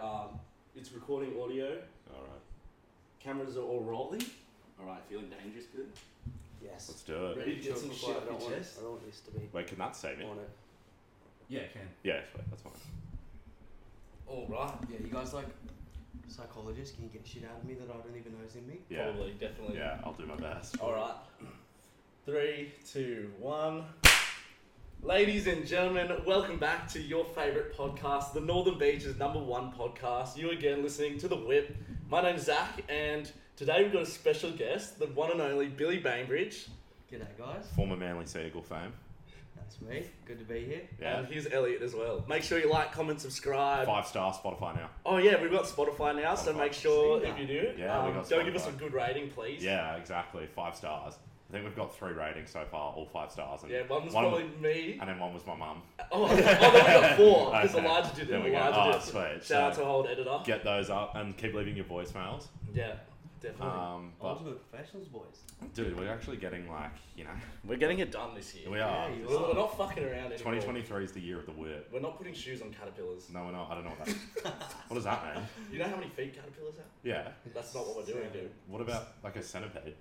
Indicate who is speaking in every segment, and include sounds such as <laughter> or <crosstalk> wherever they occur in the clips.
Speaker 1: um, recording audio.
Speaker 2: All right,
Speaker 1: Cameras are all rolling. All right, feeling dangerous, good.
Speaker 2: let's
Speaker 3: Yes.
Speaker 2: do it.
Speaker 1: Ready?
Speaker 3: Ready
Speaker 1: to
Speaker 3: to
Speaker 1: get
Speaker 3: choke
Speaker 1: some
Speaker 3: before
Speaker 1: shit
Speaker 3: I
Speaker 1: up
Speaker 3: don't
Speaker 1: your
Speaker 3: want it-
Speaker 1: chest?
Speaker 3: I don't want this to be
Speaker 2: Wait, can that save it?
Speaker 3: on it.
Speaker 4: Yeah, it can.
Speaker 2: Yeah, wait, that's fine.
Speaker 4: All right. Yeah, you guys like
Speaker 3: Psychologist, can you get shit out of me that I don't even know is in me?
Speaker 2: Yeah,
Speaker 1: Probably, definitely.
Speaker 2: yeah, I'll do my best.
Speaker 1: All right. Three, two, one. Ladies and gentlemen, welcome back to your favorite podcast, the Northern Beaches number one podcast. You again listening to The Whip. My name's Zach, and today we've got a special guest, the one and only Billy Bainbridge.
Speaker 3: G'day, guys.
Speaker 2: Former Manly Seagull fame.
Speaker 3: That's me. Good to be here.
Speaker 2: Yeah,
Speaker 1: And here's Elliot as well. Make sure you like, comment, subscribe.
Speaker 2: five star Spotify now.
Speaker 1: Oh, yeah, we've got Spotify now, so
Speaker 2: Spotify.
Speaker 1: make sure
Speaker 3: Seen
Speaker 1: if
Speaker 3: that.
Speaker 1: you do,
Speaker 2: Yeah, we
Speaker 1: um,
Speaker 2: got
Speaker 1: go give us a
Speaker 2: Spotify.
Speaker 1: good rating, please.
Speaker 2: Yeah, exactly. Five stars. I think we've got three ratings so far, all five stars. And
Speaker 1: Yeah, one's
Speaker 2: one
Speaker 1: probably
Speaker 2: <laughs>
Speaker 1: me.
Speaker 2: And then one was my mum.
Speaker 1: Oh, oh, then we got four
Speaker 2: <laughs>
Speaker 1: because
Speaker 2: Okay,
Speaker 1: Elijah did it.
Speaker 2: there we go.
Speaker 1: Elijah
Speaker 2: Oh,
Speaker 1: did it.
Speaker 2: sweet.
Speaker 1: Shout out
Speaker 2: So-
Speaker 1: to our old editor.
Speaker 2: Get those up and keep leaving your voicemails.
Speaker 1: Yeah, definitely.
Speaker 2: Um, but
Speaker 3: Ultimate professionals, boys.
Speaker 2: dude, we're actually getting like you know
Speaker 1: We're getting it done this year.
Speaker 2: we are.
Speaker 3: Yeah, you
Speaker 1: We're,
Speaker 3: are.
Speaker 1: we're not fucking around anymore.
Speaker 2: 2023 is the year of the whip.
Speaker 1: We're not putting shoes on caterpillars.
Speaker 2: No, we're not. I don't know what that.
Speaker 1: <laughs>
Speaker 2: what does that mean?
Speaker 1: You know how many feet caterpillars have?
Speaker 2: Yeah.
Speaker 1: That's not what we're doing,
Speaker 3: uh,
Speaker 1: dude.
Speaker 2: What about like a centipede?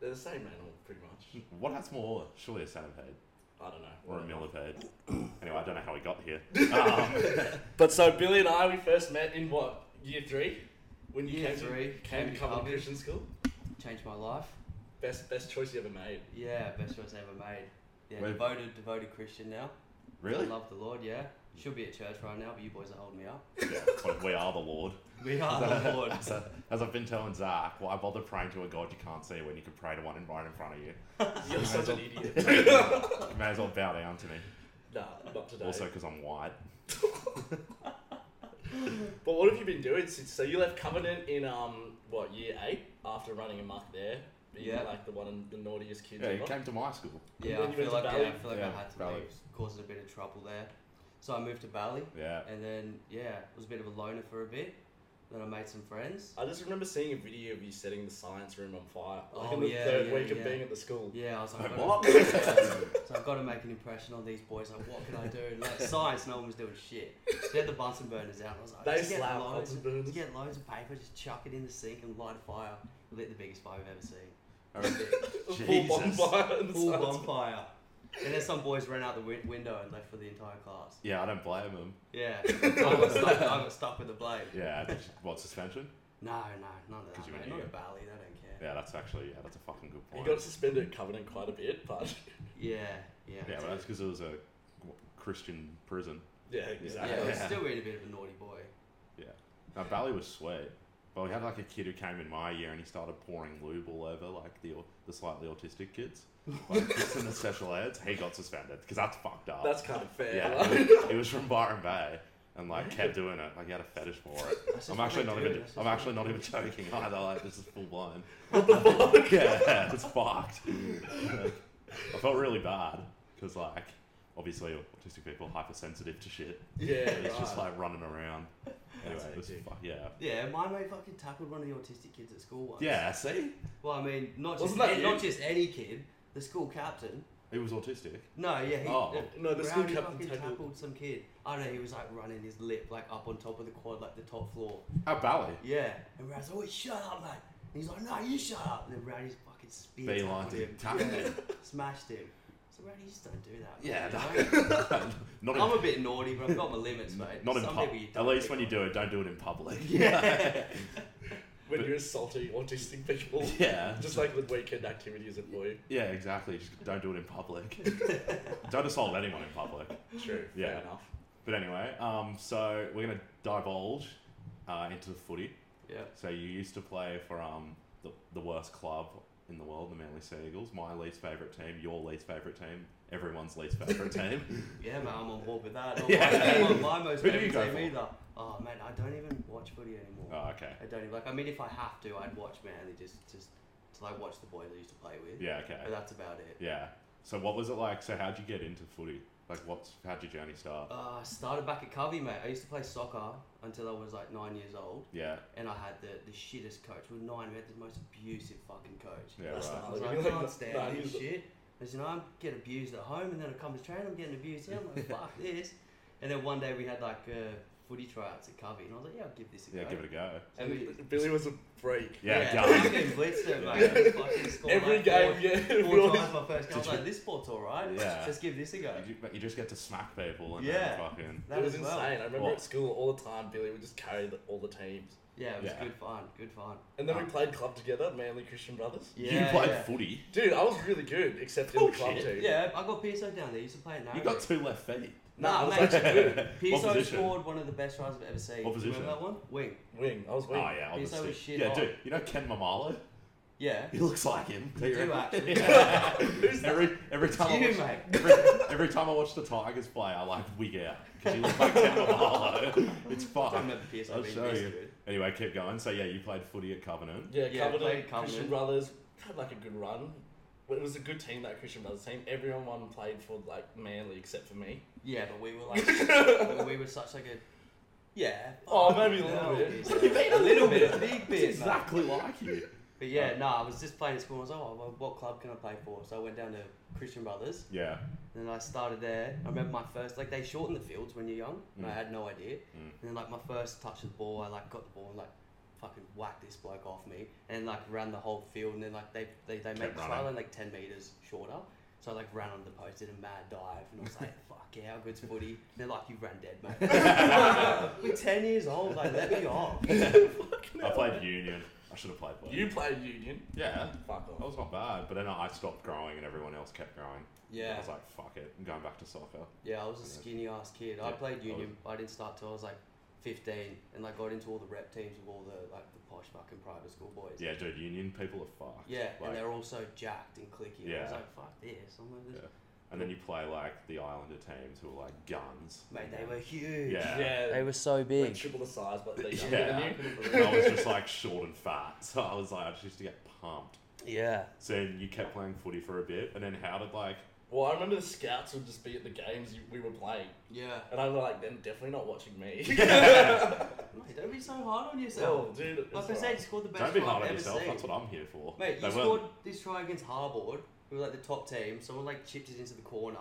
Speaker 1: They're the same animal, pretty
Speaker 2: <laughs>
Speaker 1: much.
Speaker 2: What has more? Surely a centipede
Speaker 1: I don't know.
Speaker 2: or a millipede. anyway, I don't know how we got here. Um,
Speaker 1: But so Billy and I, we first met in what year three? When you
Speaker 3: Year
Speaker 1: came
Speaker 3: three,
Speaker 1: to came to
Speaker 3: came to
Speaker 1: Covenant
Speaker 3: Covenant.
Speaker 1: Christian School.
Speaker 3: Changed my life.
Speaker 1: Best best choice you ever made.
Speaker 3: Yeah, best choice I ever made. Yeah,
Speaker 2: Wait.
Speaker 3: devoted, devoted Christian now.
Speaker 2: really?
Speaker 3: I love the Lord, yeah. Should be at church right now, but you boys are holding
Speaker 1: <laughs>
Speaker 3: me up.
Speaker 2: Yeah, but we are the Lord. <laughs>
Speaker 3: We are the Lord.
Speaker 2: So, as I've been telling Zach, why bother praying to a God you can't see when you can pray to one in- right in front of you?
Speaker 1: You're such an
Speaker 2: Amazing.
Speaker 1: idiot.
Speaker 2: You may as well bow down to me.
Speaker 1: <laughs> nah, not today.
Speaker 2: Also, because I'm white.
Speaker 1: But what have you been doing since? So you left Covenant in um what year eight after running amok there, being
Speaker 3: Yeah.
Speaker 1: like the one of the naughtiest kids
Speaker 2: Yeah, you
Speaker 1: ever.
Speaker 2: came to my school.
Speaker 3: Yeah,
Speaker 1: then
Speaker 3: I
Speaker 1: you
Speaker 3: feel,
Speaker 1: went
Speaker 3: like,
Speaker 1: to
Speaker 3: yeah, I
Speaker 1: Bali.
Speaker 3: feel like
Speaker 2: Yeah,
Speaker 3: I had to
Speaker 2: Bali.
Speaker 3: leave. Caused a bit of trouble there. So I moved to Bali,
Speaker 2: Yeah.
Speaker 3: and then, yeah, was a bit of a loner for a bit. Then I made some friends.
Speaker 1: I just remember seeing a video of you setting the science room on fire, like
Speaker 3: Oh,
Speaker 1: in the
Speaker 3: yeah,
Speaker 1: third
Speaker 3: yeah,
Speaker 1: week of
Speaker 3: yeah.
Speaker 1: being at the school.
Speaker 3: Yeah, I was like,
Speaker 2: Like,
Speaker 3: I've gotta-
Speaker 2: <laughs> what?
Speaker 3: yeah. so I've got to make an impression on these boys. Like, what can I do? And, like, science, no one was doing shit. So they had the Bunsen burners out. And I was like,
Speaker 1: They
Speaker 3: just get
Speaker 1: slap
Speaker 3: loads,
Speaker 1: Bunsen burners.
Speaker 3: Just get loads of paper, just chuck it in the sink and light a fire. We lit the biggest fire we've
Speaker 1: <laughs>
Speaker 3: ever seen.
Speaker 2: I remember-
Speaker 1: Full
Speaker 2: Um, Jesus.
Speaker 1: bonfire. in the
Speaker 3: Full
Speaker 1: science room.
Speaker 3: bonfire. And then some boys ran out the win- window and left for the entire class.
Speaker 2: Yeah, I don't blame him.
Speaker 1: <laughs>
Speaker 3: Yeah, I got stuck, I got stuck with the blame.
Speaker 2: Yeah, that's- what suspension?
Speaker 3: No, no, none of
Speaker 2: 'Cause
Speaker 3: that.
Speaker 2: you were
Speaker 3: mate. Not
Speaker 2: new.
Speaker 3: at Bali, they don't care.
Speaker 2: Yeah, that's actually yeah, that's a fucking good
Speaker 1: You
Speaker 2: point.
Speaker 1: got suspended at Covenant quite a bit, but <laughs>
Speaker 3: Yeah, yeah.
Speaker 2: yeah, but that's because it was a w- Christian prison.
Speaker 1: yeah,
Speaker 3: yeah,
Speaker 1: exactly.
Speaker 3: I was
Speaker 2: Yeah.
Speaker 3: still being a bit of a naughty boy.
Speaker 2: Now Bali was sweet, but we had like a kid who came in my year and he started pouring lube all over like the au- the slightly autistic kids, like kids in the special eds. He got suspended because that's fucked up.
Speaker 1: That's kind of fair.
Speaker 2: yeah,
Speaker 1: <laughs> like-
Speaker 2: it was, it was from Byron Bay. And like kept doing it, like he had a fetish for it.
Speaker 3: That's
Speaker 2: I'm
Speaker 3: just
Speaker 2: actually
Speaker 3: <laughs> what
Speaker 2: not
Speaker 3: they do,
Speaker 2: even.
Speaker 3: that's just
Speaker 2: I'm
Speaker 3: what
Speaker 2: actually
Speaker 3: they
Speaker 2: not
Speaker 3: do.
Speaker 2: even joking either. Like this is full blown. yeah, it's fucked. I felt really bad because like obviously autistic people are hypersensitive to shit.
Speaker 1: <laughs> yeah,
Speaker 2: It's just
Speaker 1: right.
Speaker 2: like running around. Anyway, it was
Speaker 1: hectic.
Speaker 2: fuck yeah.
Speaker 3: Yeah, my mate fucking tackled one of the autistic kids at school once.
Speaker 2: Yeah, see,
Speaker 3: Well, I mean, not just
Speaker 1: Wasn't that
Speaker 3: eh,
Speaker 1: you?
Speaker 3: not just any kid, the school captain.
Speaker 2: he was autistic.
Speaker 3: No, yeah, he,
Speaker 2: Oh.
Speaker 3: uh,
Speaker 1: No, the school
Speaker 3: Brownie
Speaker 1: captain
Speaker 3: fucking
Speaker 1: tackled-
Speaker 3: tackled some kid. I don't know, he was like running his lip like up on top of the quad, like the top floor.
Speaker 2: At
Speaker 3: <laughs>
Speaker 2: Bally,
Speaker 3: Yeah, and Brownie's like, "Oi, shut up, mate!" And he's like, "No, you shut up!" And then Brownie's fucking spear
Speaker 2: Beeline
Speaker 3: tackled him,
Speaker 2: tackled him.
Speaker 3: Yeah, smashed him. So Brownie, you just don't do that. mate,
Speaker 2: Yeah,
Speaker 3: you know?
Speaker 2: <laughs> <laughs> not
Speaker 3: I'm
Speaker 2: in,
Speaker 3: a bit naughty, but I've got my limits, mate.
Speaker 2: not in
Speaker 3: Some
Speaker 2: pub.
Speaker 3: people you
Speaker 2: At
Speaker 3: don't
Speaker 2: least
Speaker 3: pick
Speaker 2: when you
Speaker 3: on.
Speaker 2: do it, don't do it in public.
Speaker 3: <laughs>
Speaker 2: <laughs>
Speaker 3: Yeah.
Speaker 1: when you're assaulting autistic
Speaker 2: <laughs>
Speaker 1: people,
Speaker 2: yeah,
Speaker 1: just like with weekend activities at boy.
Speaker 2: yeah, exactly. Just don't do it
Speaker 3: <laughs>
Speaker 2: in public. don't assault anyone in public.
Speaker 1: True. Fair
Speaker 2: Yeah.
Speaker 1: enough.
Speaker 2: But anyway, um, so we're gonna divulge uh, into the footy.
Speaker 3: yeah.
Speaker 2: So you used to play for um the, the worst club in the world, the Manly Seagulls. My least favorite team, your least favorite team, everyone's least favorite team.
Speaker 3: <laughs> Yeah, mate, I'm on board with
Speaker 2: <laughs>
Speaker 3: that. I'm
Speaker 2: Yeah.
Speaker 3: not my most
Speaker 2: Who do you
Speaker 3: favourite
Speaker 2: go
Speaker 3: team
Speaker 2: for?
Speaker 3: either. Oh, man, I don't even watch footy anymore.
Speaker 2: Oh, okay.
Speaker 3: I don't even like. I mean, if I have to, I'd watch Manly just just to like watch the boys I used to play with.
Speaker 2: Yeah,
Speaker 3: But
Speaker 2: okay.
Speaker 3: that's about it.
Speaker 2: Yeah. So what was it like? So how'd you get into footy? Like, what's how'd your journey start?
Speaker 3: Uh, I started back at Covey, mate. I used to play soccer until I was like nine years old,
Speaker 2: Yeah.
Speaker 3: and I had the, the shittest coach. With nine, we had the most abusive fucking coach.
Speaker 2: Yeah.
Speaker 1: That's
Speaker 2: right.
Speaker 1: not-
Speaker 3: I was
Speaker 1: Oh,
Speaker 3: like,
Speaker 1: you're
Speaker 3: I
Speaker 1: like,
Speaker 2: <laughs>
Speaker 3: can't
Speaker 1: nah,
Speaker 3: stand
Speaker 1: he's
Speaker 3: this
Speaker 1: the-
Speaker 3: shit. I said, you know, I'm getting
Speaker 2: <laughs>
Speaker 3: abused at home, and then I come to train, I'm getting abused here. I'm like, fuck this. And then one day we had like a footy tryouts at Covey, and I was like, yeah, I'll give this a
Speaker 2: Yeah,
Speaker 3: go.
Speaker 2: give it a go.
Speaker 3: And we,
Speaker 1: And Billy was a freak.
Speaker 2: Yeah,
Speaker 3: yeah, I was getting blitzed there, mate.
Speaker 2: Yeah.
Speaker 3: We fucking
Speaker 2: <laughs>
Speaker 3: scored
Speaker 1: Every
Speaker 3: like
Speaker 1: game,
Speaker 3: four-
Speaker 1: yeah. we
Speaker 3: Four
Speaker 1: always-
Speaker 3: times my first game. I was
Speaker 2: Did you-
Speaker 3: like, this sport's alright.
Speaker 2: Yeah.
Speaker 3: Let's give this a go.
Speaker 2: done. You, ju- you just get to smack people and
Speaker 3: Yeah.
Speaker 2: then fucking.
Speaker 3: That
Speaker 1: it was
Speaker 3: as
Speaker 1: insane.
Speaker 3: well.
Speaker 1: I remember
Speaker 2: Well-
Speaker 1: at school all the time, Billy would just carry the, all the teams.
Speaker 3: Yeah, it was
Speaker 2: Yeah.
Speaker 3: good fun. Good fun.
Speaker 1: And then we
Speaker 2: Ah.
Speaker 1: played club together, Manly Christian Brothers.
Speaker 3: Yeah,
Speaker 2: <laughs> you played
Speaker 3: yeah.
Speaker 2: footy.
Speaker 1: Dude, I was really good, except in the club
Speaker 2: Bullshit.
Speaker 1: team.
Speaker 3: Yeah, I got PSO down there. Used to play at Narrabri.
Speaker 2: You got two left feet.
Speaker 1: Nah, I
Speaker 3: Nah,
Speaker 1: was
Speaker 3: mate.
Speaker 1: actually good.
Speaker 2: What
Speaker 3: PSO
Speaker 2: position?
Speaker 3: scored one of the best tries I've ever seen.
Speaker 2: What position?
Speaker 3: Remember that one? Wing.
Speaker 1: Wing. I was
Speaker 2: Oh
Speaker 1: wing.
Speaker 2: yeah,
Speaker 3: He's
Speaker 2: obviously.
Speaker 3: always shit
Speaker 2: yeah,
Speaker 3: hot.
Speaker 2: dude. You know Ken Mamala?
Speaker 3: Yeah.
Speaker 2: He looks like him. Do you
Speaker 3: do,
Speaker 2: reckon?
Speaker 3: actually. <laughs>
Speaker 2: Yeah.
Speaker 1: Who's that?
Speaker 2: every every time I
Speaker 3: you,
Speaker 2: watch,
Speaker 3: mate.
Speaker 2: every, every time I watch the Tigers play, I like wig out because he looks like Ken Mamala. It's
Speaker 3: I don't
Speaker 2: fun.
Speaker 3: remember PSO
Speaker 2: I'll
Speaker 3: being
Speaker 2: show
Speaker 3: this
Speaker 2: you.
Speaker 3: good.
Speaker 2: Anyway, keep going. So yeah, you played footy at Covenant.
Speaker 1: Yeah,
Speaker 3: Yeah,
Speaker 1: Covenant,
Speaker 3: played Covenant.
Speaker 1: Christian Brothers had like a good run. But it was a good team, that Christian Brothers team. Everyone won played for like Manly except for me.
Speaker 3: Yeah, but we were <laughs> like, we- we were such like a. Yeah.
Speaker 1: Oh, maybe a little
Speaker 3: No, <laughs>
Speaker 1: bit.
Speaker 3: PSO. a little bit, a big
Speaker 2: It's
Speaker 3: bit. mate.
Speaker 2: exactly like you.
Speaker 3: But yeah, no, I was just playing at school. I was like, oh, well, what club can I play for? So I went down to Christian Brothers,
Speaker 2: Yeah.
Speaker 3: and then I started there. I remember my first, like, they shorten the fields when you're young, and I
Speaker 2: Mm.
Speaker 3: had no idea.
Speaker 2: Mm.
Speaker 3: And then, like, my first touch of the ball, I, like, got the ball and, like, fucking whacked this bloke off me, and, like, ran the whole field, and then, like, they, they, they make the
Speaker 2: running.
Speaker 3: trial, like, 10 metres shorter. So I, like, ran on the post, did a mad dive, and I was
Speaker 2: <laughs>
Speaker 3: like, fuck yeah, how good's footy? And they're like, you ran dead,
Speaker 2: <laughs>
Speaker 3: mate. We're 10 years old, like, let me off.
Speaker 2: I played Union. I should have played. League.
Speaker 1: You played Union.
Speaker 2: Yeah.
Speaker 1: Fuck
Speaker 2: That
Speaker 1: off.
Speaker 2: was not bad, but then I stopped growing and everyone else kept growing. I
Speaker 3: Yeah.
Speaker 2: was like, fuck it, I'm going back to soccer.
Speaker 3: Yeah, I was a skinny ass kid. I
Speaker 2: Yeah, I
Speaker 3: played
Speaker 2: was-
Speaker 3: union, but I didn't start till I was like 15, and like got into all the rep teams with all the like the posh fucking private school boys.
Speaker 2: Yeah, dude, union people are fucked.
Speaker 3: Yeah,
Speaker 2: Like,
Speaker 3: and they're all so jacked and clicky. And I was
Speaker 2: Yeah.
Speaker 3: like, fuck this. I'm like, this.
Speaker 2: Yeah. and then you play like the Islander teams who are like guns.
Speaker 3: Mate, they were huge.
Speaker 2: Yeah.
Speaker 3: They were so
Speaker 1: like
Speaker 3: big.
Speaker 1: triple the size, but they
Speaker 2: Yeah.
Speaker 1: yeah.
Speaker 3: I
Speaker 1: you.
Speaker 2: <laughs>
Speaker 3: couldn't believe
Speaker 2: <laughs> And I was
Speaker 3: it.
Speaker 2: just like short and fat, <laughs> so I was like, I just used to get pumped.
Speaker 3: yeah.
Speaker 2: So then you kept playing footy for a bit, and then how did like
Speaker 1: Well, I remember the scouts would just be at the games you, we were playing,
Speaker 3: Yeah.
Speaker 1: and I was like, "They're definitely not watching
Speaker 3: <laughs>
Speaker 1: me." <laughs>
Speaker 3: Mate, don't be so hard on
Speaker 1: oh,
Speaker 3: yourself.
Speaker 1: dude, it's
Speaker 3: like I
Speaker 1: alright.
Speaker 3: said, you scored the best
Speaker 2: don't be
Speaker 3: try I've
Speaker 2: hard on
Speaker 3: ever
Speaker 2: yourself.
Speaker 3: seen.
Speaker 2: That's what I'm here for.
Speaker 3: Mate,
Speaker 2: They
Speaker 3: you
Speaker 2: weren't-
Speaker 3: scored this try against Harbord, who were like the top team. Someone like chipped it into the corner,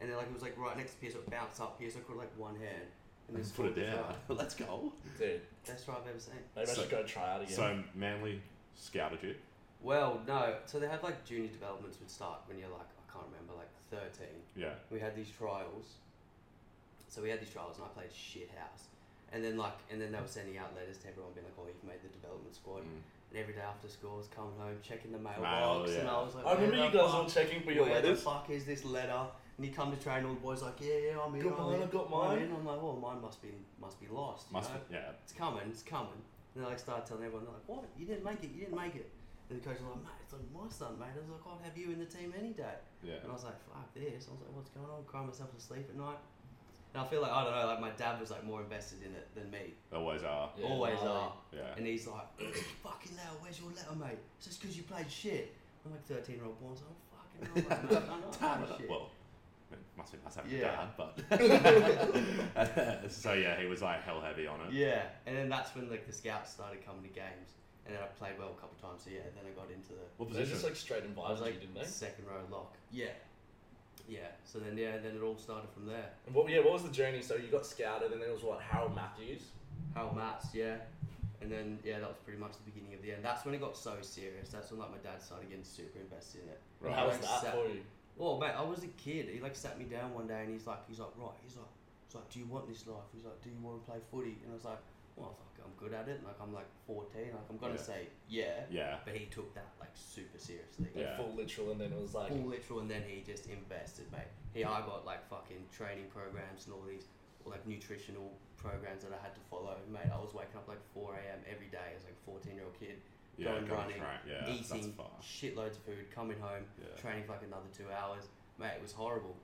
Speaker 3: and then like it was like right next to PSO, it bounced up. PSO caught it, like one hand, and then
Speaker 2: Let's put
Speaker 3: scored
Speaker 2: it
Speaker 3: the
Speaker 2: down.
Speaker 3: try. <laughs>
Speaker 2: Let's go.
Speaker 1: dude,
Speaker 3: Best try I've ever seen.
Speaker 1: maybe I
Speaker 2: So-
Speaker 1: should go try out again.
Speaker 2: So Manly scouted you.
Speaker 3: Well, no. So they have like junior developments would start when you're like I can't remember, like thirteen.
Speaker 2: Yeah.
Speaker 3: We had these trials. So we had these trials, and I played shit house. And then like, and then they were sending out letters to everyone, being like, "Oh, you've made the development squad."
Speaker 2: Mm.
Speaker 3: And every day after school, I was coming home, checking the mailbox, and
Speaker 2: yeah.
Speaker 3: I was like,
Speaker 1: I remember
Speaker 3: "Where
Speaker 1: you
Speaker 3: the
Speaker 1: guys
Speaker 3: fuck-
Speaker 1: all checking for your
Speaker 3: where
Speaker 1: letters.
Speaker 3: the fuck is this letter? And you come to train, all the boys like, "Yeah, yeah, I'm in,
Speaker 1: Got
Speaker 3: I'm
Speaker 1: mine,
Speaker 3: in,
Speaker 1: I've got
Speaker 3: I'm
Speaker 1: mine."
Speaker 3: in." I'm like, "Well, mine must be must be lost." You
Speaker 2: Must
Speaker 3: know?
Speaker 2: yeah.
Speaker 3: it's coming, it's coming. And then I start telling everyone, they're like, what? You didn't make it, you didn't make it. And the coach was like, mate, it's like my son, mate. I was like, I'd have you in the team any day.
Speaker 2: Yeah.
Speaker 3: And I was like, fuck this. I was like, what's going on? Crying myself to sleep at night. And I feel like, I don't know, like my dad was like more invested in it than me.
Speaker 2: They always are.
Speaker 1: Yeah,
Speaker 3: Always
Speaker 1: gnarly.
Speaker 3: are.
Speaker 2: Yeah.
Speaker 3: And he's like, <clears throat> fucking hell, where's your letter, mate? It's just because you played shit. I'm like 13 year old boy. I was like, oh,
Speaker 1: <laughs>
Speaker 3: fucking hell, mate. I know I played shit.
Speaker 2: Well, I mean, must be nice having
Speaker 3: Yeah.
Speaker 2: a dad, but <laughs> so yeah, he was like hell heavy on it.
Speaker 3: Yeah, and then that's when like the scouts started coming to games, and then I played well a couple times. So yeah, then I got into the
Speaker 2: What
Speaker 1: They
Speaker 2: position?
Speaker 1: just like straight
Speaker 3: I
Speaker 1: invited
Speaker 3: was like
Speaker 1: you, didn't they?
Speaker 3: second row lock. Yeah. Yeah. So then yeah, then it all started from there.
Speaker 1: And what, yeah, what was the journey? So you got scouted, and then it was what Harold Matthews.
Speaker 3: Harold Matts, yeah. And then yeah, that was pretty much the beginning of the end. That's when it got so serious. That's when like my dad started getting super invested in it.
Speaker 1: And
Speaker 2: Right.
Speaker 1: How was
Speaker 3: Like
Speaker 1: that
Speaker 3: sat-
Speaker 1: for you?
Speaker 3: Well, mate, I was a kid. He like sat me down one day and he's like, he's like, right, he's like, he's like, do you want this life? He's like, do you want to play footy? And I was like, well, fuck, I'm good at it. Like I'm like 14. Like I'm gonna
Speaker 2: Yeah.
Speaker 3: say yeah.
Speaker 2: yeah.
Speaker 3: But he took that like super seriously.
Speaker 1: Like,
Speaker 2: Yeah.
Speaker 1: Full literal, and then it was like,
Speaker 3: all literal, and then he just invested, mate. He, I got like fucking training programs and all these, all, like nutritional programs that I had to follow, mate. I was waking up like 4 a.m. every day as like a 14 year old kid,
Speaker 2: Yeah.
Speaker 3: Going
Speaker 2: going
Speaker 3: running,
Speaker 2: track, Yeah. That's
Speaker 3: eating
Speaker 2: far.
Speaker 3: shitloads of food, coming home,
Speaker 2: Yeah.
Speaker 3: training for like another two hours, mate. It was horrible.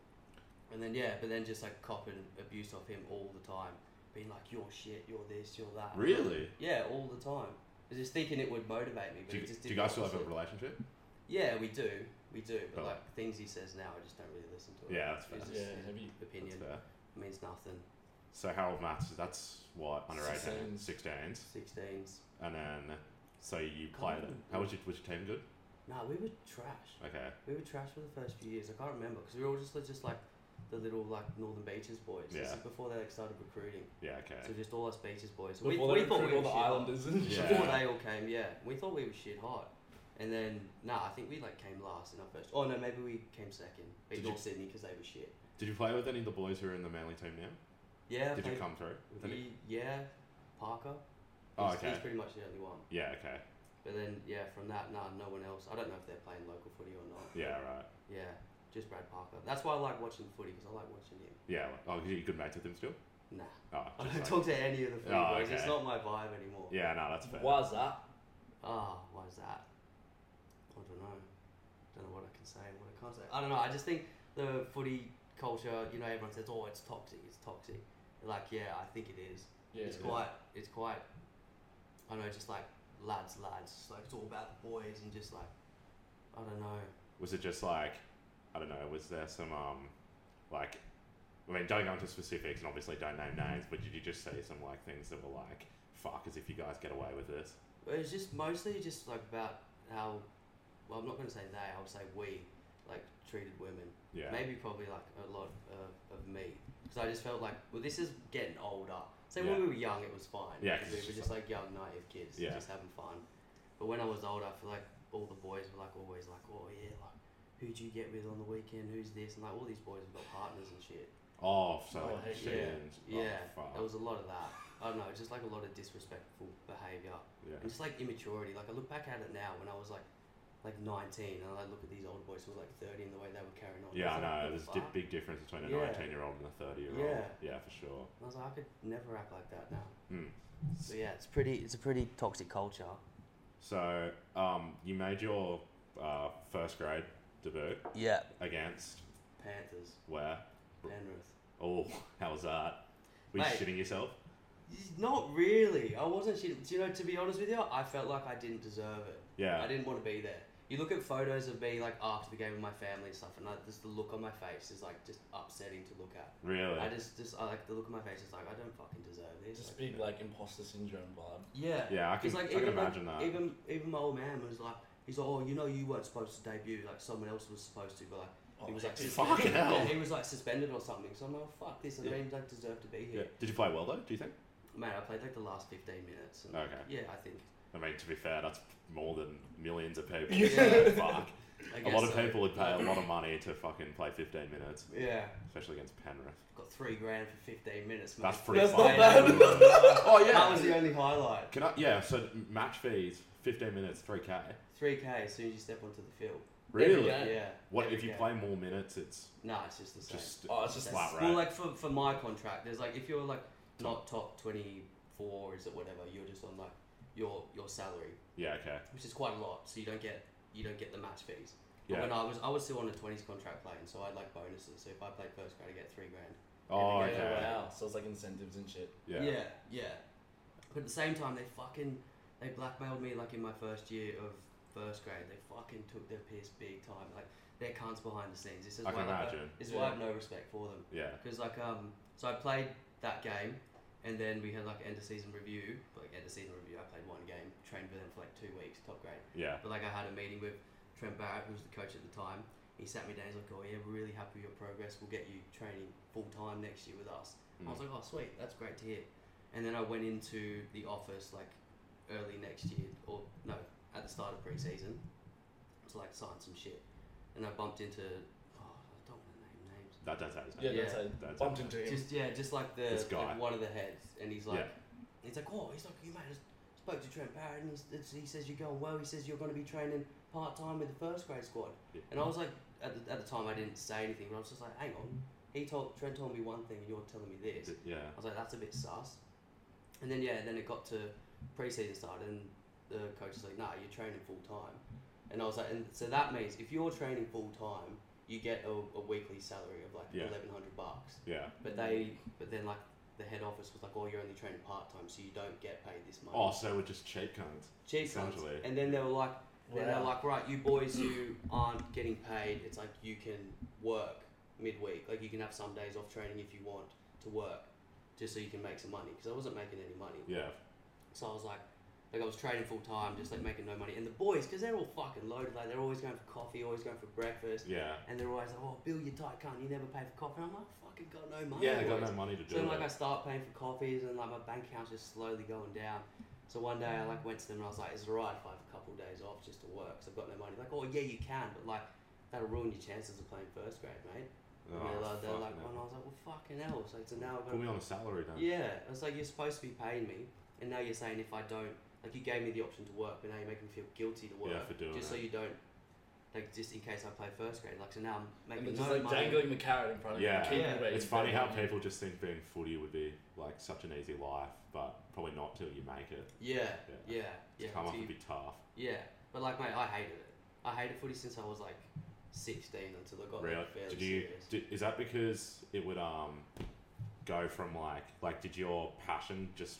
Speaker 3: And then yeah, but then just like copping abuse off him all the time, being like, "You're shit, you're this, you're that."
Speaker 2: Really?
Speaker 3: Yeah, all the time. I was just thinking it would motivate me, but
Speaker 2: Do you,
Speaker 3: it just
Speaker 2: do
Speaker 3: didn't.
Speaker 2: you guys still have a
Speaker 3: obviously.
Speaker 2: relationship?
Speaker 3: Yeah, we do, we do. But
Speaker 2: But,
Speaker 3: like things he says now, I just don't really listen to. it.
Speaker 2: Yeah, that's fair.
Speaker 3: It's
Speaker 1: yeah,
Speaker 3: just-
Speaker 1: have you?
Speaker 2: That's
Speaker 3: opinion
Speaker 2: fair.
Speaker 3: means nothing.
Speaker 2: So Harold Matts, that's what under 18,
Speaker 1: 16s.
Speaker 2: 16s,
Speaker 3: 16s.
Speaker 2: and then so you
Speaker 3: Can't
Speaker 2: played it.
Speaker 3: remember.
Speaker 2: How was your was your team good?
Speaker 3: No, we were trash.
Speaker 2: Okay.
Speaker 3: We were trash for the first few years. I can't remember because we were all just just like the little like Northern Beaches boys. This
Speaker 2: Yeah.
Speaker 3: is before they like started recruiting.
Speaker 2: Yeah, okay.
Speaker 3: So just all us Beaches boys. So
Speaker 1: Before
Speaker 3: we,
Speaker 1: they
Speaker 3: we thought we
Speaker 1: recruited all
Speaker 3: were
Speaker 1: the
Speaker 3: shit hot.
Speaker 1: islanders and
Speaker 2: Yeah.
Speaker 3: Before they all came, yeah, we thought we were shit hot. And then nah, I think we like came last in our first. Oh no, maybe we came second.
Speaker 2: Did
Speaker 3: Ignore
Speaker 2: you-
Speaker 3: Sydney because they were shit.
Speaker 2: Did you play with any of the boys who are in the Manly team now?
Speaker 3: Yeah.
Speaker 2: Did you
Speaker 3: played-
Speaker 2: come through with any?
Speaker 3: we- yeah, Parker.
Speaker 2: Oh,
Speaker 3: He's-
Speaker 2: okay.
Speaker 3: He's pretty much the only one.
Speaker 2: Yeah, okay.
Speaker 3: But then yeah, from that nah, no one else. I don't know if they're playing local footy or not.
Speaker 2: Yeah, right.
Speaker 3: Yeah, just Brad Parker. That's why I like watching footy because I like watching him.
Speaker 2: Yeah. like- Oh, you good mates with them still?
Speaker 3: Nah,
Speaker 2: Oh,
Speaker 3: <laughs> I don't
Speaker 2: just like-
Speaker 3: talk to any of the footy
Speaker 2: Oh,
Speaker 3: boys.
Speaker 2: okay.
Speaker 3: It's not my vibe anymore.
Speaker 2: Yeah, no, that's fair.
Speaker 1: Why's that?
Speaker 3: Ah, why is that? I don't know. Don't know what I can say and what I can't say. I don't know. I just think the footy culture. You know, everyone says, "Oh, it's toxic. It's toxic." Like, yeah, I think it is.
Speaker 1: Yeah,
Speaker 3: it's quite. It's quite. I don't know, just like lads, lads. Just like it's all about the boys and just like, I don't know.
Speaker 2: Was it just like, I don't know, was there some, um, like, I mean, don't go into specifics and obviously don't name names, but did you just say some, like, things that were like, fuck, as if you guys get away with this?
Speaker 3: It was just mostly just like about how, well, I'm not going to say they, I'll say we, like treated women.
Speaker 2: Yeah.
Speaker 3: Maybe probably like a lot of, of me. Because I just felt like, well, this is getting older. So
Speaker 2: Yeah.
Speaker 3: when we were young, it was fine.
Speaker 2: Yeah, 'cause
Speaker 3: we
Speaker 2: it's
Speaker 3: were just
Speaker 2: just
Speaker 3: like young, naive kids,
Speaker 2: Yeah.
Speaker 3: just having fun. But when I was older, I feel like all the boys were like always like, oh yeah, like who'd you get with on the weekend? Who's this? And like all these boys have got partners and shit.
Speaker 2: Oh, so,
Speaker 1: Oh,
Speaker 2: like,
Speaker 1: hey,
Speaker 2: shit.
Speaker 3: Yeah,
Speaker 2: and-
Speaker 3: yeah.
Speaker 2: Oh, fuck.
Speaker 3: There was a lot of that. I don't know, just like a lot of disrespectful behaviour.
Speaker 2: yeah.
Speaker 3: <laughs> And just like immaturity. Like I look back at it now when I was like like nineteen and I look at these older boys who were like thirty and the way they were carrying on. I
Speaker 2: Yeah,
Speaker 3: was like,
Speaker 2: I know.
Speaker 3: "What
Speaker 2: There's
Speaker 3: the
Speaker 2: a di-
Speaker 3: fuck?"
Speaker 2: big difference between a
Speaker 3: Yeah.
Speaker 2: 19 year old and a 30 year old.
Speaker 3: Yeah.
Speaker 2: Yeah, for sure.
Speaker 3: I was like, I could never act like that now.
Speaker 2: Hmm.
Speaker 3: So yeah, it's pretty it's a pretty toxic culture.
Speaker 2: So, um, you made your uh, first grade debut
Speaker 3: Yeah.
Speaker 2: against
Speaker 3: Panthers.
Speaker 2: where?
Speaker 3: Penrith.
Speaker 2: Oh, <laughs> how was that? Were you
Speaker 3: Mate.
Speaker 2: shitting yourself?
Speaker 3: Not really. I wasn't shit do you know, to be honest with you, I felt like I didn't deserve it.
Speaker 2: Yeah.
Speaker 3: I didn't want to be there. You look at photos of me like after the game with my family and stuff and like just the look on my face is like just upsetting to look at.
Speaker 2: Really?
Speaker 3: I just just I like the look on my face is like I don't fucking deserve this.
Speaker 1: Just
Speaker 3: Like,
Speaker 1: big like imposter syndrome vibe.
Speaker 3: yeah.
Speaker 2: yeah, I can,
Speaker 3: Because like
Speaker 2: I can
Speaker 3: even like,
Speaker 2: imagine that.
Speaker 3: even even my old man was like, he's like, oh, you know, you weren't supposed to debut. Like someone else was supposed to, but like
Speaker 1: Oh,
Speaker 3: he was like,
Speaker 1: it's
Speaker 3: suspended.
Speaker 2: Oh,
Speaker 1: <laughs>
Speaker 3: <laughs>
Speaker 2: fucking hell.
Speaker 3: Yeah, he was like suspended or something. So I'm like, fuck this. I
Speaker 2: Yeah.
Speaker 3: don't even like deserve to be
Speaker 2: yeah.
Speaker 3: here.
Speaker 2: Did you play well though? Do you think?
Speaker 3: Man, I played like the last 15 minutes. And,
Speaker 2: Okay.
Speaker 3: Yeah, I think.
Speaker 2: I mean, to be fair, that's more than millions of people.
Speaker 1: Yeah.
Speaker 2: so <laughs> fuck.
Speaker 3: <laughs> I
Speaker 2: A
Speaker 3: guess
Speaker 2: lot of
Speaker 3: so.
Speaker 2: people would pay a lot of money to fucking play 15 minutes,
Speaker 3: Yeah,
Speaker 2: especially against Penrith.
Speaker 3: got three grand for 15 minutes. Mate.
Speaker 2: That's pretty
Speaker 3: <laughs>
Speaker 1: That's
Speaker 2: fine.
Speaker 1: not bad.
Speaker 2: oh yeah.
Speaker 3: That was the only highlight.
Speaker 2: Can I? Yeah. So match fees, 15 minutes, 3k.
Speaker 3: 3k as soon as you step onto the field.
Speaker 1: Every
Speaker 2: Really?
Speaker 1: game. Yeah.
Speaker 3: Yeah.
Speaker 2: What
Speaker 3: every
Speaker 2: if you
Speaker 3: game.
Speaker 2: play more minutes? It's
Speaker 3: Nah, it's just the same.
Speaker 2: just
Speaker 1: Oh, it's just
Speaker 2: flat
Speaker 3: That's-
Speaker 2: rate.
Speaker 3: Well, like for, for my contract, there's like if you're like not top twenty four, is it whatever? You're just on like your your salary,
Speaker 2: yeah. Okay.
Speaker 3: which is quite a lot. So you don't get you don't get the match fees. But
Speaker 2: Yeah.
Speaker 3: When I was I was still on a twenties contract playing, so I'd like bonuses. So if I played first grade, I get three grand.
Speaker 2: Oh,
Speaker 3: every game.
Speaker 2: okay.
Speaker 1: Wow. So it's like incentives and shit.
Speaker 2: Yeah.
Speaker 3: yeah, yeah. But at the same time, they fucking they blackmailed me like in my first year of first grade. They fucking took their piss big time. Like they're cunts behind the scenes. This is
Speaker 2: I
Speaker 3: why
Speaker 2: can
Speaker 3: like, I-
Speaker 2: imagine.
Speaker 3: this is why I have no respect for them.
Speaker 2: Yeah.
Speaker 3: Because like um, so I played that game, and then we had like end of season review. But like end of season review, I played one game, trained with them for like two weeks, top grade.
Speaker 2: Yeah.
Speaker 3: But like I had a meeting with Trent Barrett, who was the coach at the time. He sat me down. He's like, "Oh yeah, we're really happy with your progress. We'll get you training full time next year with us." I was like, "Oh sweet, that's great to hear." And then I went into the office like early next year, or no, at the start of preseason, to like sign some shit. And I bumped into, oh, I don't want to name names.
Speaker 2: That does happen.
Speaker 1: Yeah.
Speaker 3: Yeah.
Speaker 1: That's how
Speaker 2: That's
Speaker 1: bumped
Speaker 2: it.
Speaker 1: into him.
Speaker 3: Just yeah, just like the
Speaker 2: This guy.
Speaker 3: Like one of the heads, and he's like,
Speaker 2: Yeah.
Speaker 3: he's like, oh, he's like, you mate, just spoke to Trent Barrett, and he's, it's- he says you're going well. He says you're going to be training part time with the first grade squad.
Speaker 2: Yeah.
Speaker 3: And I was like, at the, at the time, I didn't say anything, but I was just like, hang on, he told Trent told me one thing, and you're telling me this.
Speaker 2: Yeah.
Speaker 3: I was like, that's a bit sus. And then yeah, then it got to preseason started, and the coach was like, nah, you're training full time. And I was like, and so that means if you're training full time, you get a, a weekly salary of like
Speaker 2: Yeah.
Speaker 3: eleven hundred bucks.
Speaker 2: Yeah.
Speaker 3: But they, but then like the head office was like, "Oh, you're only training part time, so you don't get paid this money."
Speaker 2: Oh, so we're just cheap cunts.
Speaker 3: cheap cunts.
Speaker 2: essentially.
Speaker 3: And then they were like, then they were
Speaker 1: Wow.
Speaker 3: like, "Right, you boys who aren't getting paid, it's like you can work midweek. Like you can have some days off training if you want to work, just so you can make some money." Because I wasn't making any money,
Speaker 2: Yeah.
Speaker 3: so I was like, Like I was trading full time, just like making no money. And the boys, because they're all fucking loaded, like they're always going for coffee, always going for breakfast,
Speaker 2: Yeah.
Speaker 3: and they're always like, "Oh, Bill, you tight cunt, you never pay for coffee." And I'm like, "Fucking got no money."
Speaker 2: Yeah, they got
Speaker 3: boys."
Speaker 2: no money to do
Speaker 3: So then, like, I
Speaker 2: it.
Speaker 3: start paying for coffees, and like my bank account's just slowly going down. So one day, I like went to them and I was like, "Is it alright if I have a couple of days off just to work? Cause I've got no money." Like, "Oh yeah, you can, but like that'll ruin your chances of playing first grade, mate." And they're like, they're like,
Speaker 2: Ah,
Speaker 3: and I was
Speaker 2: fucking hell.
Speaker 3: like, "Well, fucking hell!" So, so now I've got
Speaker 2: Oh, Put me on a salary, don't
Speaker 3: yeah, it's like you're supposed to be paying me, and now you're saying if I don't, like you gave me the option to work, but now you're making me feel guilty to work
Speaker 2: Yeah, for doing
Speaker 3: just so
Speaker 2: it.
Speaker 3: you don't, like just in case I play first grade. Like so now I'm
Speaker 1: And
Speaker 3: making
Speaker 1: they're
Speaker 3: no
Speaker 1: just like
Speaker 3: money.
Speaker 1: dangling the carrot in front of
Speaker 2: Yeah.
Speaker 1: you. keeping
Speaker 3: Yeah.
Speaker 1: you where
Speaker 2: It's
Speaker 1: you
Speaker 2: funny how
Speaker 1: belong.
Speaker 2: people just think being footy would be like such an easy life, but probably not till you make it.
Speaker 3: Yeah,
Speaker 2: Yeah.
Speaker 3: yeah, yeah,
Speaker 2: Come
Speaker 3: so
Speaker 2: up
Speaker 3: you-
Speaker 2: and be tough.
Speaker 3: yeah. But like, mate, I hated it. I hated footy since I was like 16 until I got
Speaker 2: Really?
Speaker 3: like, fairly
Speaker 2: Did you?
Speaker 3: serious.
Speaker 2: Did, is that because it would um go from like like did your passion just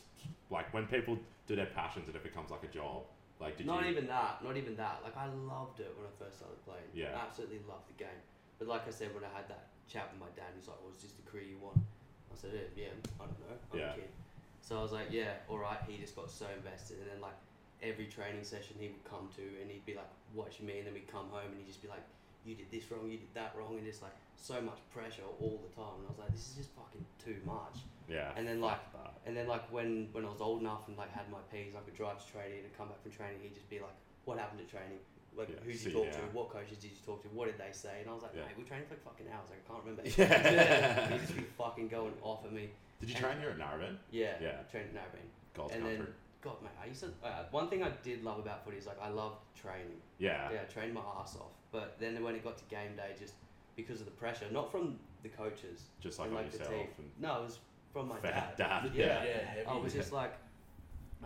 Speaker 2: like when people do their passions it becomes like a job like did
Speaker 3: not
Speaker 2: you
Speaker 3: even that, not even that. Like I loved it when I first started playing.
Speaker 2: Yeah.
Speaker 3: Absolutely loved the game. But like I said, when I had that chat with my dad, he's like, "Well, it's just the career you want." I said, "Eh, "Yeah, I don't know. I'm
Speaker 2: Yeah.
Speaker 3: a kid." So I was like, "Yeah, all right." He just got so invested, and then like every training session he would come to, and he'd be like, "Watch me," and then we'd come home, and he'd just be like, "You did this wrong. You did that wrong," and just like so much pressure all the time. And I was like, "This is just fucking too much."
Speaker 2: yeah
Speaker 3: and then,
Speaker 2: fuck that.
Speaker 3: And then like when when I was old enough and like had my P's, I could drive to training and come back from training. He'd just be like, "What happened at training? Like,
Speaker 2: Yeah,
Speaker 3: who did
Speaker 2: see
Speaker 3: you talk
Speaker 2: ya."
Speaker 3: to? What coaches did you talk to? What did they say?" And I was like,
Speaker 2: Yeah.
Speaker 3: "Mate, we trained for like fucking hours. Like, I can't remember." <laughs>
Speaker 2: <laughs> Yeah.
Speaker 3: He'd just be fucking going off at me.
Speaker 2: did you
Speaker 3: and-
Speaker 2: train here at Narrabeen
Speaker 3: Yeah.
Speaker 2: Yeah.
Speaker 3: Training, no, man.
Speaker 2: Gold's
Speaker 3: and
Speaker 2: Country
Speaker 3: then, God, mate, I used to. Uh, one thing I did love about footy is like I loved training.
Speaker 2: yeah
Speaker 3: Yeah, I trained my ass off. But then when it got to game day, just because of the pressure, not from the coaches,
Speaker 2: just like
Speaker 3: and,
Speaker 2: on
Speaker 3: like, the
Speaker 2: yourself
Speaker 3: team.
Speaker 2: and
Speaker 3: no, it was from my dad.
Speaker 2: Fat dad,
Speaker 3: Yeah.
Speaker 1: Yeah, heavy.
Speaker 3: I was just like,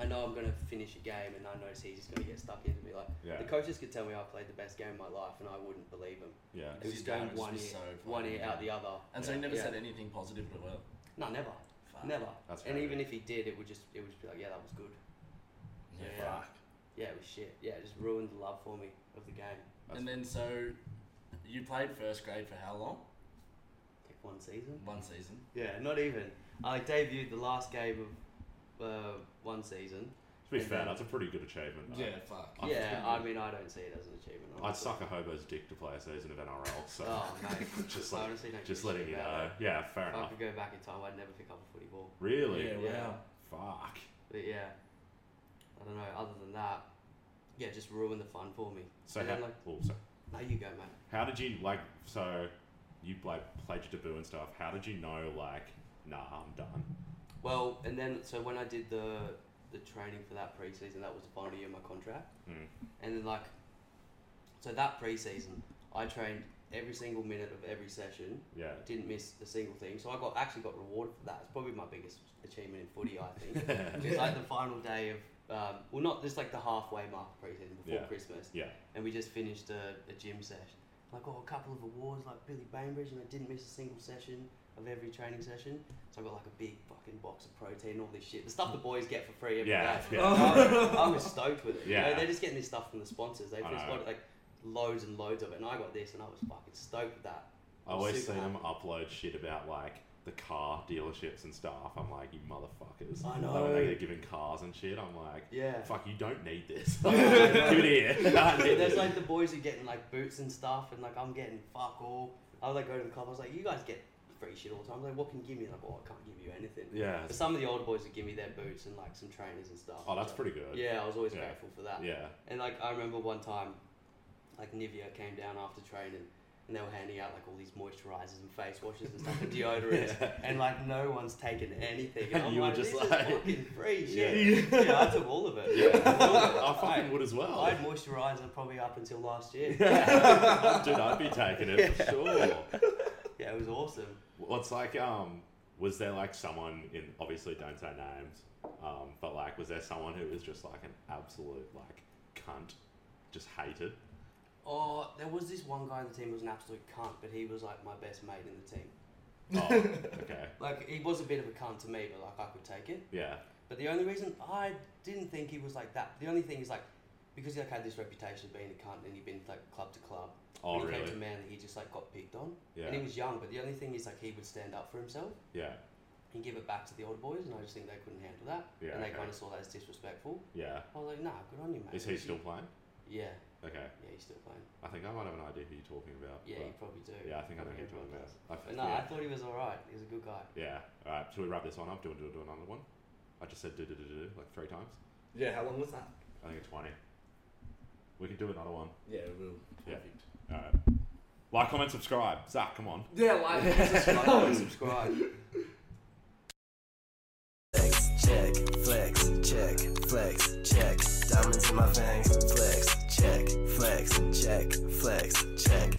Speaker 3: I know I'm gonna finish a game, and I notice he's just gonna get stuck into me. Like
Speaker 2: yeah
Speaker 3: the coaches could tell me I played the best game of my life, and I wouldn't believe him.
Speaker 2: yeah
Speaker 3: It was going one ear, one ear out the other.
Speaker 1: And so he never
Speaker 3: Yeah.
Speaker 1: said anything positive to Will.
Speaker 3: No, never,
Speaker 1: Fuck.
Speaker 3: never.
Speaker 2: That's
Speaker 3: and
Speaker 2: fair.
Speaker 3: even if he did, it would just it would just be like, yeah, that was good.
Speaker 1: Yeah.
Speaker 3: Yeah.
Speaker 1: Fuck.
Speaker 3: Yeah, it was shit. Yeah, it just ruined the love for me of the game.
Speaker 2: That's-
Speaker 1: and then so you played first grade for how long?
Speaker 3: Like one season.
Speaker 1: One season.
Speaker 3: Yeah, not even. I debuted the last game of uh, one season.
Speaker 2: to be
Speaker 3: and
Speaker 2: fair
Speaker 3: then-
Speaker 2: that's a pretty good achievement
Speaker 1: Uh,
Speaker 2: though.
Speaker 1: fuck.
Speaker 2: I
Speaker 3: yeah,
Speaker 2: think-
Speaker 3: I mean, I don't see it as an achievement.
Speaker 2: I'd
Speaker 3: honestly.
Speaker 2: suck a hobo's dick to play a season of NRL so
Speaker 3: Oh, mate.
Speaker 2: just
Speaker 3: I
Speaker 2: like
Speaker 3: honestly don't
Speaker 2: <laughs> just
Speaker 3: give a
Speaker 2: letting
Speaker 3: shit
Speaker 2: you
Speaker 3: about
Speaker 2: know
Speaker 3: that.
Speaker 2: yeah fair
Speaker 3: If I
Speaker 2: enough
Speaker 3: could go back in time, I'd never pick up a footy ball.
Speaker 2: really
Speaker 1: Yeah,
Speaker 3: Yeah.
Speaker 1: wow.
Speaker 2: fuck
Speaker 3: But yeah, I don't know. Other than that, yeah, just ruined the fun for me.
Speaker 2: so
Speaker 3: And
Speaker 2: how,
Speaker 3: then, like-
Speaker 2: oh, sorry.
Speaker 3: There you go, mate.
Speaker 2: How did you like? So you like played your debut and stuff. How did you know like? Nah, I'm done.
Speaker 3: Well, and then so when I did the the training for that preseason, that was the final year of my contract,
Speaker 2: Mm.
Speaker 3: and then like, so that preseason, I trained every single minute of every session.
Speaker 2: Yeah.
Speaker 3: Didn't miss a single thing, so I got actually got rewarded for that. It's probably my biggest achievement in footy, I think.
Speaker 2: <laughs>
Speaker 3: It was like the final day of, um, well, not just like the halfway mark of preseason before
Speaker 2: Yeah.
Speaker 3: Christmas.
Speaker 2: Yeah.
Speaker 3: And we just finished a, a gym session. I got a couple of awards like Billy Bainbridge, and I didn't miss a single session of every training session. So I got like a big fucking box of protein, all this shit, the stuff the boys get for free every day.
Speaker 2: Yeah, yeah.
Speaker 3: I, I was stoked with it. You
Speaker 2: Yeah.
Speaker 3: know, they're just getting this stuff from the sponsors. They've
Speaker 2: I
Speaker 3: just
Speaker 2: know.
Speaker 3: got like loads and loads of it, and I got this, and I was fucking stoked with that.
Speaker 2: I always see
Speaker 3: Super
Speaker 2: them upload shit about like the car dealerships and stuff. I'm like, you motherfuckers.
Speaker 3: I
Speaker 2: Like,
Speaker 3: know.
Speaker 2: when they're giving cars and shit. I'm like,
Speaker 3: Yeah.
Speaker 2: fuck, you don't
Speaker 3: <laughs>
Speaker 2: need this. Give <laughs> it here. I
Speaker 3: There's
Speaker 2: need this.
Speaker 3: like the boys are getting like boots and stuff, and like I'm getting fuck all. I would like go to the club. I was like, you guys get free shit all the time. Like, what can you give me? Like, oh, I can't give you anything.
Speaker 2: yeah.
Speaker 3: But some of the older boys would give me their boots and like some trainers and stuff.
Speaker 2: Oh, that's
Speaker 3: So-
Speaker 2: pretty good.
Speaker 3: Yeah, I was always
Speaker 2: Yeah.
Speaker 3: grateful for that.
Speaker 2: Yeah.
Speaker 3: And like I remember one time, like Nivea came down after training, and they were handing out like all these moisturizers and face washes and stuff and
Speaker 2: <laughs>
Speaker 3: deodorants, and like no one's taken anything. And,
Speaker 2: And
Speaker 3: I'm
Speaker 2: <laughs> you were
Speaker 3: like,
Speaker 2: just
Speaker 3: this
Speaker 2: like-
Speaker 3: is fucking free
Speaker 2: <laughs> Yeah.
Speaker 3: shit. <laughs>
Speaker 1: <laughs>
Speaker 3: Yeah. I took all of it.
Speaker 2: Yeah.
Speaker 3: <laughs> All of it.
Speaker 2: <laughs> I fucking
Speaker 3: Hey.
Speaker 2: would as well. <laughs>
Speaker 3: I had moisturiser probably up until last year.
Speaker 2: Dude, I'd be taking it for sure.
Speaker 3: yeah, it was awesome.
Speaker 2: What's like, um, was there like someone in, obviously don't say names, um, but like, was there someone who was just like an absolute like cunt, just hated?
Speaker 3: Oh, there was this one guy in the team who was an absolute cunt, but he was like my best mate in the team.
Speaker 2: Oh, okay.
Speaker 3: Like he was a bit of a cunt to me, but like I could take it.
Speaker 2: Yeah.
Speaker 3: But the only reason I didn't think he was like that, the only thing is like because he like had this reputation of being a cunt and he'd been like club to club. when
Speaker 2: Oh,
Speaker 3: he
Speaker 2: really?
Speaker 3: came to Manly, he just like got picked on,
Speaker 2: Yeah.
Speaker 3: and he was young. But the only thing is like he would stand up for himself.
Speaker 2: Yeah.
Speaker 3: and give it back to the older boys, and I just think they couldn't handle that,
Speaker 2: Yeah,
Speaker 3: and they
Speaker 2: okay.
Speaker 3: kind of saw that as disrespectful.
Speaker 2: Yeah.
Speaker 3: I was like, nah, good on you, mate.
Speaker 2: Is he still playing?
Speaker 3: Yeah,
Speaker 2: Okay.
Speaker 3: yeah, he's still playing.
Speaker 2: I think I might have an idea who you're talking about.
Speaker 3: Yeah,
Speaker 2: but-
Speaker 3: you probably do.
Speaker 2: yeah, I think I know who you're
Speaker 3: Everyone
Speaker 2: talking about.
Speaker 3: does.
Speaker 2: I f-
Speaker 3: But no, I
Speaker 2: yeah.
Speaker 3: thought he was alright. He was a good guy.
Speaker 2: <laughs> yeah. All right. Should we wrap this one up? Do we do, do another one? I just said do do do do like three times.
Speaker 1: <laughs> Yeah, how long was that?
Speaker 2: I think it's twenty. We can do another one.
Speaker 1: Yeah, we'll.
Speaker 2: Yeah. All right. Like, comment, subscribe. Zach, come on.
Speaker 4: Yeah, like
Speaker 1: <laughs>
Speaker 3: Subscribe, subscribe.
Speaker 5: Flex, check, flex, check, flex, check. Diamonds in my veins. Flex, check, flex, check, flex, check.